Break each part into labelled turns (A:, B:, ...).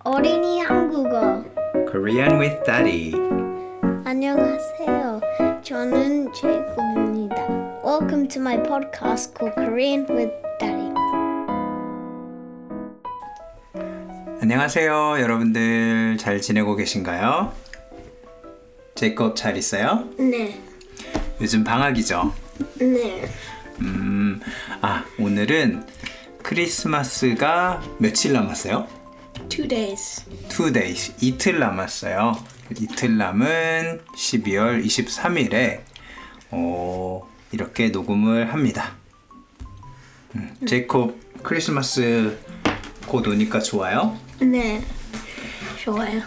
A: 어린이 한국어
B: Korean with Daddy.
A: 안녕하세요. 저는 제이콥입니다. Welcome to my podcast called Korean with Daddy.
B: 안녕하세요, 여러분들 잘 지내고 계신가요? 제이콥 잘 있어요?
A: 네,
B: 요즘 방학이죠.
A: 네.
B: 음, 아 오늘은 크리스마스가 며칠 남았어요?
A: Two days.
B: Two days, 이틀 남았어요. 이틀 남은 12월 23일에 어, 이렇게 녹음을 합니다. 음, 제이콥 크리스마스 곧 오니까 좋아요?
A: 네, 좋아요.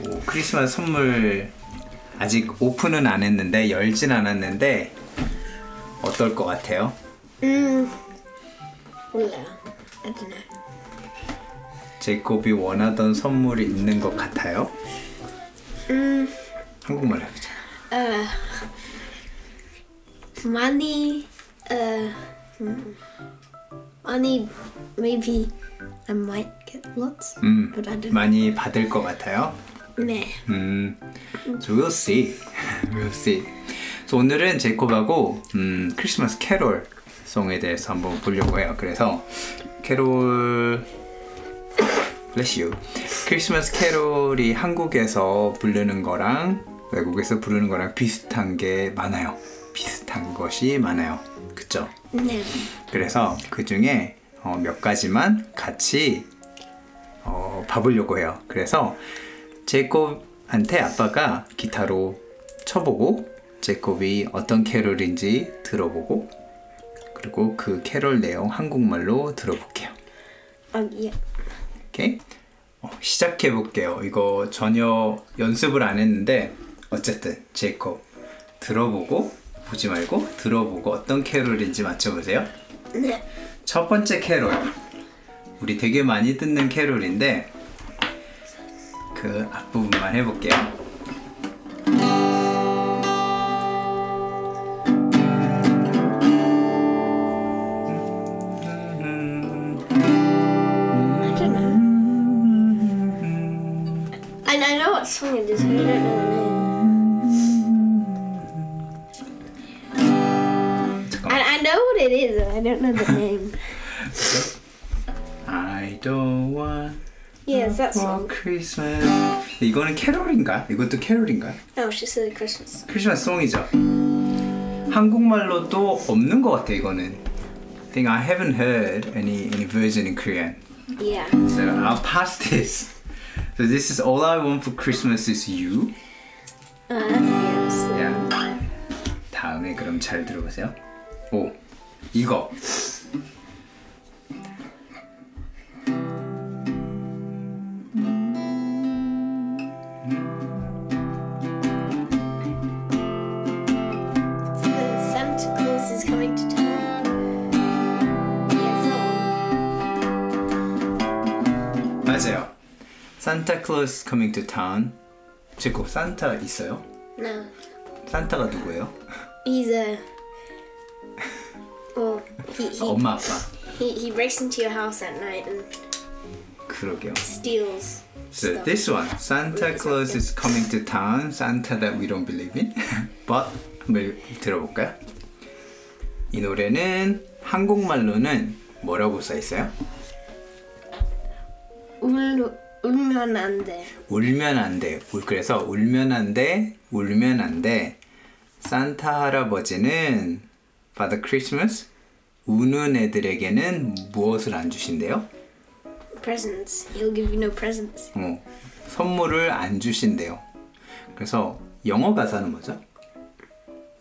B: 오, 뭐 크리스마스 선물 아직 오픈은 안 했는데 열진 않았는데 어떨 것 같아요?
A: 음, 몰라요. I don't know.
B: 제이콥이 원하던 선물이 있는 것 같아요?
A: 음,
B: 한국말 해보자.
A: 어, 많이, 어, 음, 많이, maybe I might get lots,
B: 음,
A: but I don't.
B: 많이 받을 것 같아요?
A: 네.
B: 음, so we'll see. we'll see. So 오늘은 제이콥하고 음, 크리스마스 캐롤 송에 대해서 한번 보려고 해요. 그래서 캐롤 bless you. 크리스마스 캐롤이 한국에서 부르는 거랑 외국에서 부르는 거랑 비슷한 게 많아요. 비슷한 것이 많아요. 그쵸?
A: 네.
B: 그래서 그 중에 어, 몇 가지만 같이 어, 봐보려고 해요. 그래서 제이콥한테 아빠가 기타로 쳐보고 제이콥이 어떤 캐롤인지 들어보고 그리고 그 캐롤 내용 한국말로 들어볼게요.
A: 아, 예.
B: 오케이? 어, 시작해볼게요. 이거 전혀 연습을 안 했는데 어쨌든 제이콥 들어보고 보지 말고 들어보고 어떤 캐롤인지 맞춰보세요.
A: 네.
B: 첫 번째 캐롤. 우리 되게 많이 듣는 캐롤인데 그 앞부분만 해볼게요.
A: I don't know. And I know what song it is, but I don't know the name.
B: 잠깐만.
A: I, I know what it is, but I don't know the name.
B: I don't want
A: yes, that
B: for
A: song.
B: Christmas. 이거는 캐롤인가? 이것도 캐롤인가?
A: Oh, it's just a Christmas song.
B: 크리스마스 송이죠. 한국말로도 없는 것 같아 이거는. I think I haven't heard any any version in Korean.
A: Yeah.
B: So I'll pass this. So this is all I want for Christmas is you.
A: Oh, that's yes.
B: 야. 다음에 그럼 잘 들어보세요. 오, 이거.
A: It's the Santa Claus is coming to town. Yes,
B: 맞아요. Santa Claus coming to town. 제곱 산타 있어요?
A: no. No.
B: 산타가 누구예요?
A: He's a. Well, he, he,
B: 엄마 아빠.
A: he, he breaks into your house at night and
B: 그러게요.
A: steals.
B: So this one, Santa Claus is coming to town. Santa that we don't believe in. But 한번 들어볼까요? 이 노래는 한국말로는 뭐라고 써 있어요?
A: 울, 울면 안 돼.
B: 울면 안 돼. 울- 그래서 울면 안 돼, 울면 안 돼. 산타 할아버지는 Father Christmas 우는 애들에게는 무엇을 안 주신대요?
A: Presents. He'll give you no presents.
B: 어, 선물을 안 주신대요. 그래서 영어 가사는 뭐죠?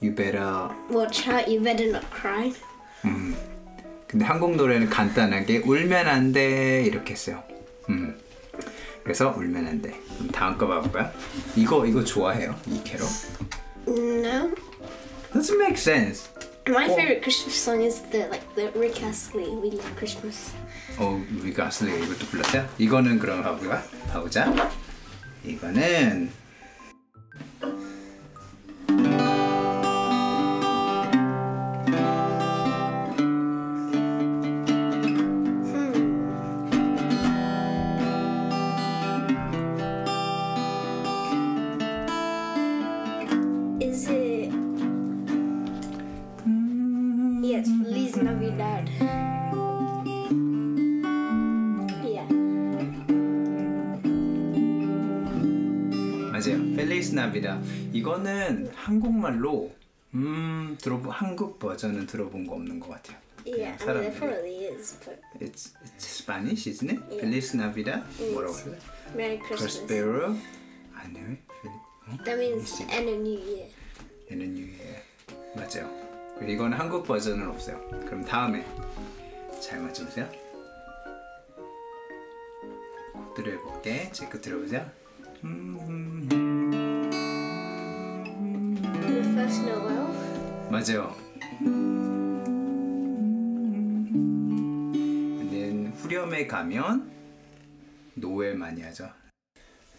B: You better.
A: Watch out, you better not cry.
B: 근데 한국 노래는 간단하게 울면 안 돼. 이렇게 써요. 음. 그래서 울면 안 돼. 그럼 다음 거 봐볼까요? 이거 이거 좋아해요. 이 캐롤.
A: No.
B: Doesn't make sense.
A: My favorite Christmas song is the like the Rick Astley We Love Christmas.
B: 어, 우리가 아슬리 이것도 불렀어요? 이거는 그럼 가보자. 가보자. 이거는 맞아요. 펠리스 나비다. 이거는 한국말로 음 들어본 한국 버전은 들어본 거 없는 것 같아요. 그냥
A: Yeah, I mean, there probably is, but
B: It's, it's Spanish, isn't it? Feliz Navidad. 뭐라고 해요?
A: Merry Christmas.
B: Prospero. 아, 네. Fel- 어?
A: That means end of New Year.
B: And a New Year. 맞아요. 그리고 이건 한국 버전은 없어요. 그럼 다음에 잘 맞춰보세요. 곡들을 해볼게. 제거 들어보세요.
A: The first Noel.
B: 맞아요. And then 후렴에 가면 노엘 많이 하죠.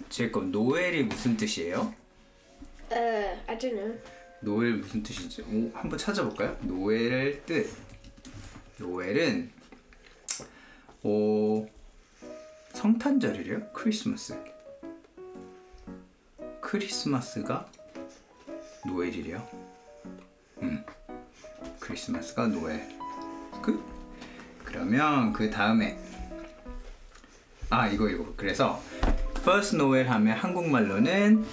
B: 제거 노엘이 무슨 뜻이에요?
A: Uh, I don't know.
B: 노엘 무슨 뜻인지 오, 한번 찾아볼까요? 노엘의 뜻 노엘은 오 성탄절이래요? 크리스마스 크리스마스가 노엘이래요 음 크리스마스가 노엘 끝 그러면 그 다음에 아 이거 이거 그래서 First Noel 하면 한국말로는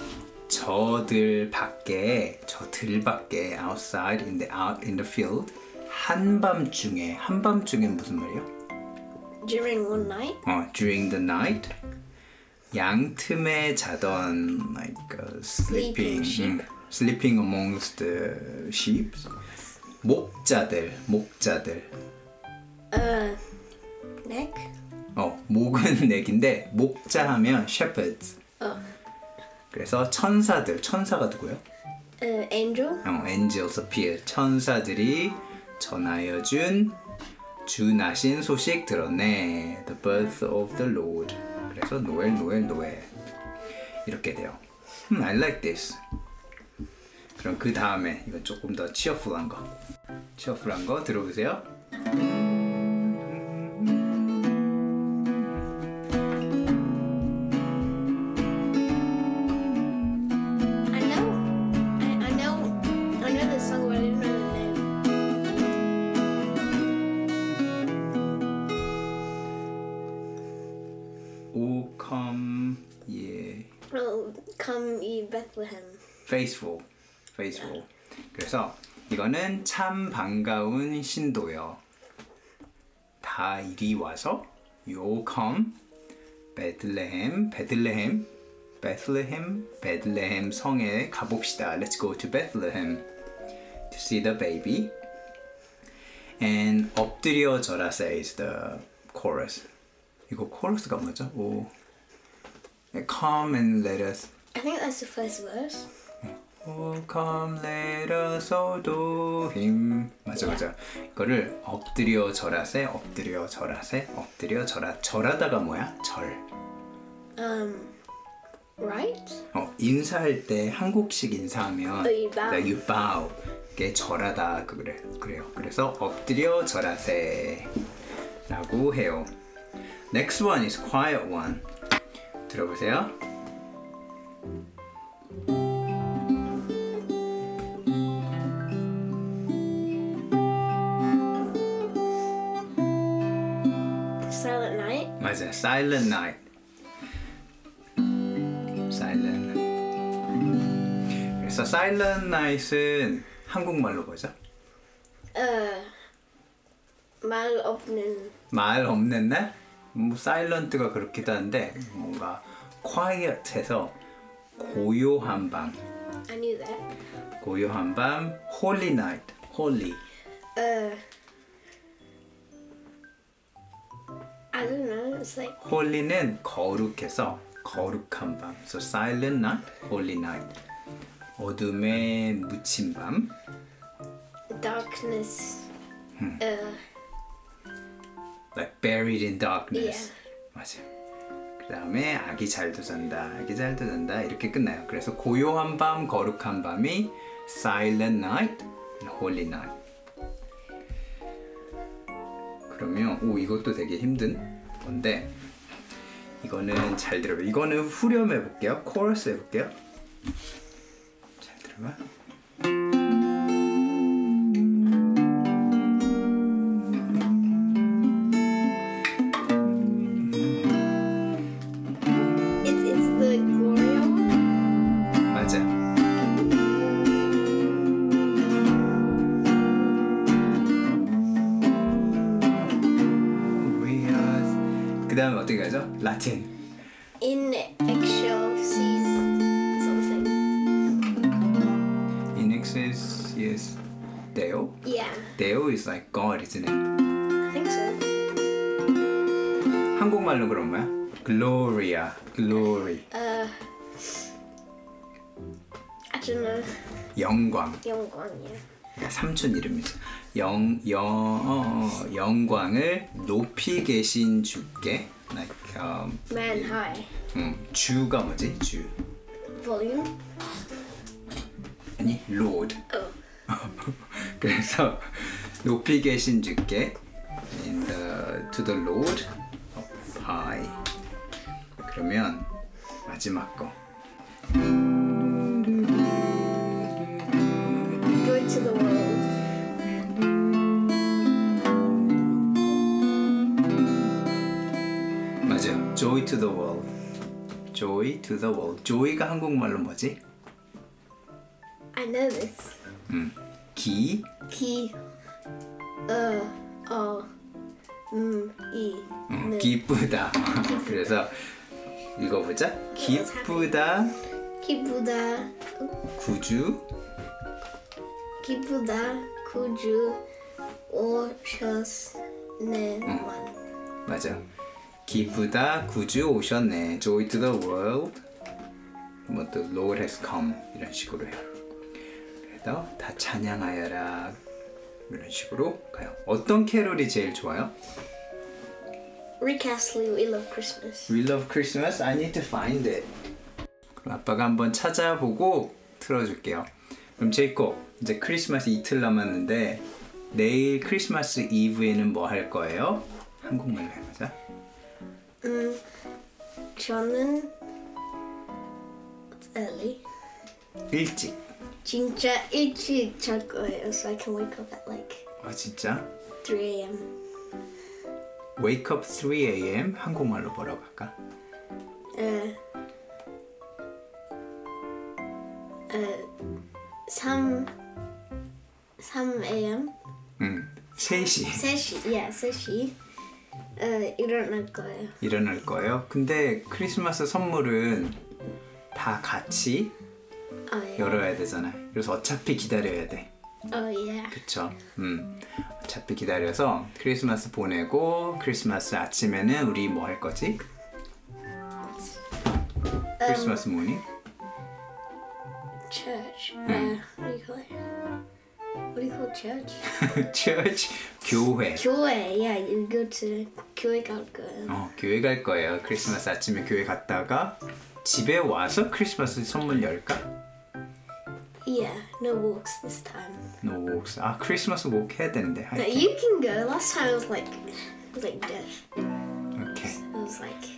B: 저들 밖에 저들 밖에 outside in the out in the field 한밤중에 한밤중에 무슨 말이에요?
A: During one night.
B: 어, during the night 양 틈에 자던 like uh, sleeping
A: Sleeping sheep.
B: 음, sleeping amongst the sheep 목자들 목자들
A: Uh, neck.
B: 어, 목은 넥인데 목자 하면 shepherds.
A: 어.
B: 그래서 천사들, 천사가 누구예요?
A: Uh, angel.
B: 어, angels appear. 천사들이 전하여 준 주나신 소식 들었네. The birth of the Lord. 그래서 노엘, 노엘, 노엘. 이렇게 돼요. 음, I like this. 그럼 그 다음에 이건 조금 더 치어풀한 거. 치어풀한 거 들어보세요.
A: I know. I, I know. I know this song, but I didn't know the name.
B: O come ye
A: Oh, come ye Bethlehem.
B: faithful, faithful. 그래서 이거는 참 반가운 신도요. 다 이리 와서 you come 베들레헴, 베들레헴, 베들레헴, 베들레헴 성에 가봅시다. Let's go to Bethlehem to see the baby. And 엎드려져라 says the chorus. 이거 코러스가 뭐죠? 오. 네, Come and let us
A: I think that's the first verse.
B: Oh, come let us adore him. 맞아 맞아. 이거를 엎드려 절하세, 엎드려 절하세, 엎드려 절하. 절하다가 뭐야? 절.
A: Um, right?
B: 어, 인사할 때 한국식 인사하면
A: 어, you bow.
B: 나 you bow. 이게 절하다 그 그래 그래요. 그래서 엎드려 절하세라고 해요. Next one is quiet one. 들어보세요.
A: Silent night.
B: 맞아, Silent Night. Silent. Night. 그래서 Silent Night은 한국말로 뭐죠?
A: Uh, mal offenen.
B: 말 없는 날? 뭐 Silent가 그렇기도 한데 뭔가 Quiet해서 고요한 밤,
A: I knew that.
B: 고요한 밤, Holy Night, Holy.
A: Uh, I don't know. It's like
B: 홀리는 거룩해서 거룩한 밤. So silent night, holy night. 어둠에 묻힌 밤.
A: darkness. Uh,
B: like buried in darkness. 맞아요. 그 다음에 아기 잘도 잔다, 아기 잘도 잔다 이렇게 끝나요. 그래서 고요한 밤, 거룩한 밤이 silent night, and holy night. 그러면 오 이것도 되게 힘든 건데 이거는 잘 들어봐. 이거는 후렴 해볼게요. 코러스 해볼게요. 잘 들어봐.
A: it's it's the Gloria. one.
B: Latin.
A: In excelsis something.
B: In excess is Deo.
A: Yeah,
B: Deo is like God, isn't it?
A: I think so.
B: 한국말로 그런 거야? Gloria, glory,
A: Uh, I don't know.
B: 영광.
A: 영광, yeah.
B: 그러니까 삼촌 이름이죠. 영, 영, 어, 어, 영광을 높이 계신 주께 like, um,
A: Man high.
B: 음, 주가 뭐지? 주.
A: Volume.
B: 아니, Lord.
A: Oh.
B: 그래서 높이 계신 주께 in the, to the Lord up high. 그러면 마지막 거.
A: Joy to the world.
B: 맞아요. Joy to the world. Joy to the world. Joy가 한국말로 뭐지?
A: I know this.
B: 기,
A: Ki. Uh. Oh. Mm. E.
B: 음, 기쁘다. 그래서 읽어보자. 기쁘다
A: 기쁘다.
B: 구주
A: 기쁘다. 구주 오셨네만.
B: 맞아. 기쁘다 구주 오셨네. Joy to the world. 뭐 또 Lord has come 이런 식으로 해요. 그래서 다 찬양하여라 이런 식으로 가요. 어떤 캐롤이 제일 좋아요?
A: Rick Astley, we love Christmas.
B: We love Christmas. I need to find it. 그럼 아빠가 한번 찾아보고 틀어줄게요. 그럼 제이콥 이제 크리스마스 이틀 남았는데 내일 크리스마스 이브에는 뭐 할 거예요? 한국말로 해보자.
A: 음, 저는 early.
B: 일찍.
A: 진짜 일찍 잘 거예요, Oh, so I can wake up at like
B: 아 진짜?
A: 3 a.m.
B: Wake up 3am 한국말로 뭐라고 할까?
A: 에, 에, 3 3 a.m.
B: 음, 3시
A: 3시, yeah, Uh, 3시 에, 일어날 거예요.
B: 일어날 거예요. 근데 크리스마스 선물은 다 같이
A: 아, 예.
B: 열어야 되잖아. 그래서 어차피 기다려야 돼.
A: 어, 예.
B: 그쵸. 음. 어차피 기다려서 크리스마스 보내고 크리스마스 아침에는 우리 뭐 할 거지? 크리스마스 모닝?
A: Church. 에, what do you call it? What do you call church?
B: church 교회.
A: 교회, yeah, you go to 교회 갈 거예요.
B: 어, 교회 갈 거예요. 크리스마스 아침에 교회 갔다가 집에 와서 크리스마스 선물 열까?
A: Yeah, no walks this time.
B: No walks. 아, 크리스마스 walk 해야 되는데.
A: No,
B: 하여튼.
A: you can go. Last time it was like, it was like death.
B: 오케이.
A: It was like,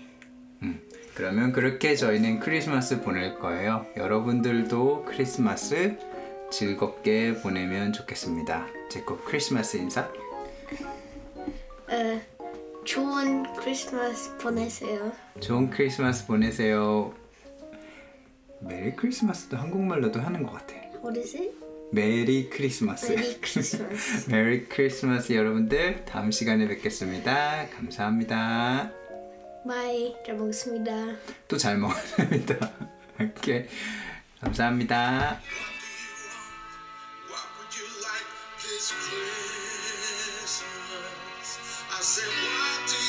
B: 그러면 그렇게 저희는 크리스마스 보낼 거예요. 여러분들도 크리스마스 즐겁게 보내면 좋겠습니다. 제꼭 크리스마스 인사.
A: uh, 좋은 크리스마스 보내세요.
B: 좋은 크리스마스 보내세요. 메리 크리스마스도 한국말로도 하는 것 같아.
A: What is it?
B: 메리 크리스마스.
A: Merry Christmas.
B: 메리 크리스마스 여러분들 다음 시간에 뵙겠습니다. 감사합니다.
A: Bye. 잘 먹었습니다.
B: 또 잘 먹었습니다. 이렇게 감사합니다.
C: What would you like this Christmas? I said, what do